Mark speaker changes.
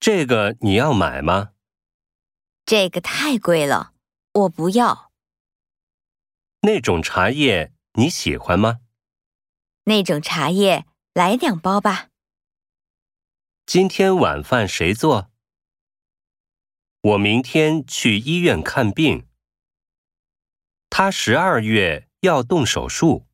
Speaker 1: 这个你要买吗？
Speaker 2: 这个太贵了，我不要。
Speaker 1: 那种茶叶你喜欢吗？
Speaker 2: 那种茶叶来两包吧。
Speaker 1: 今天晚饭谁做？我明天去医院看病。他十二月要动手术。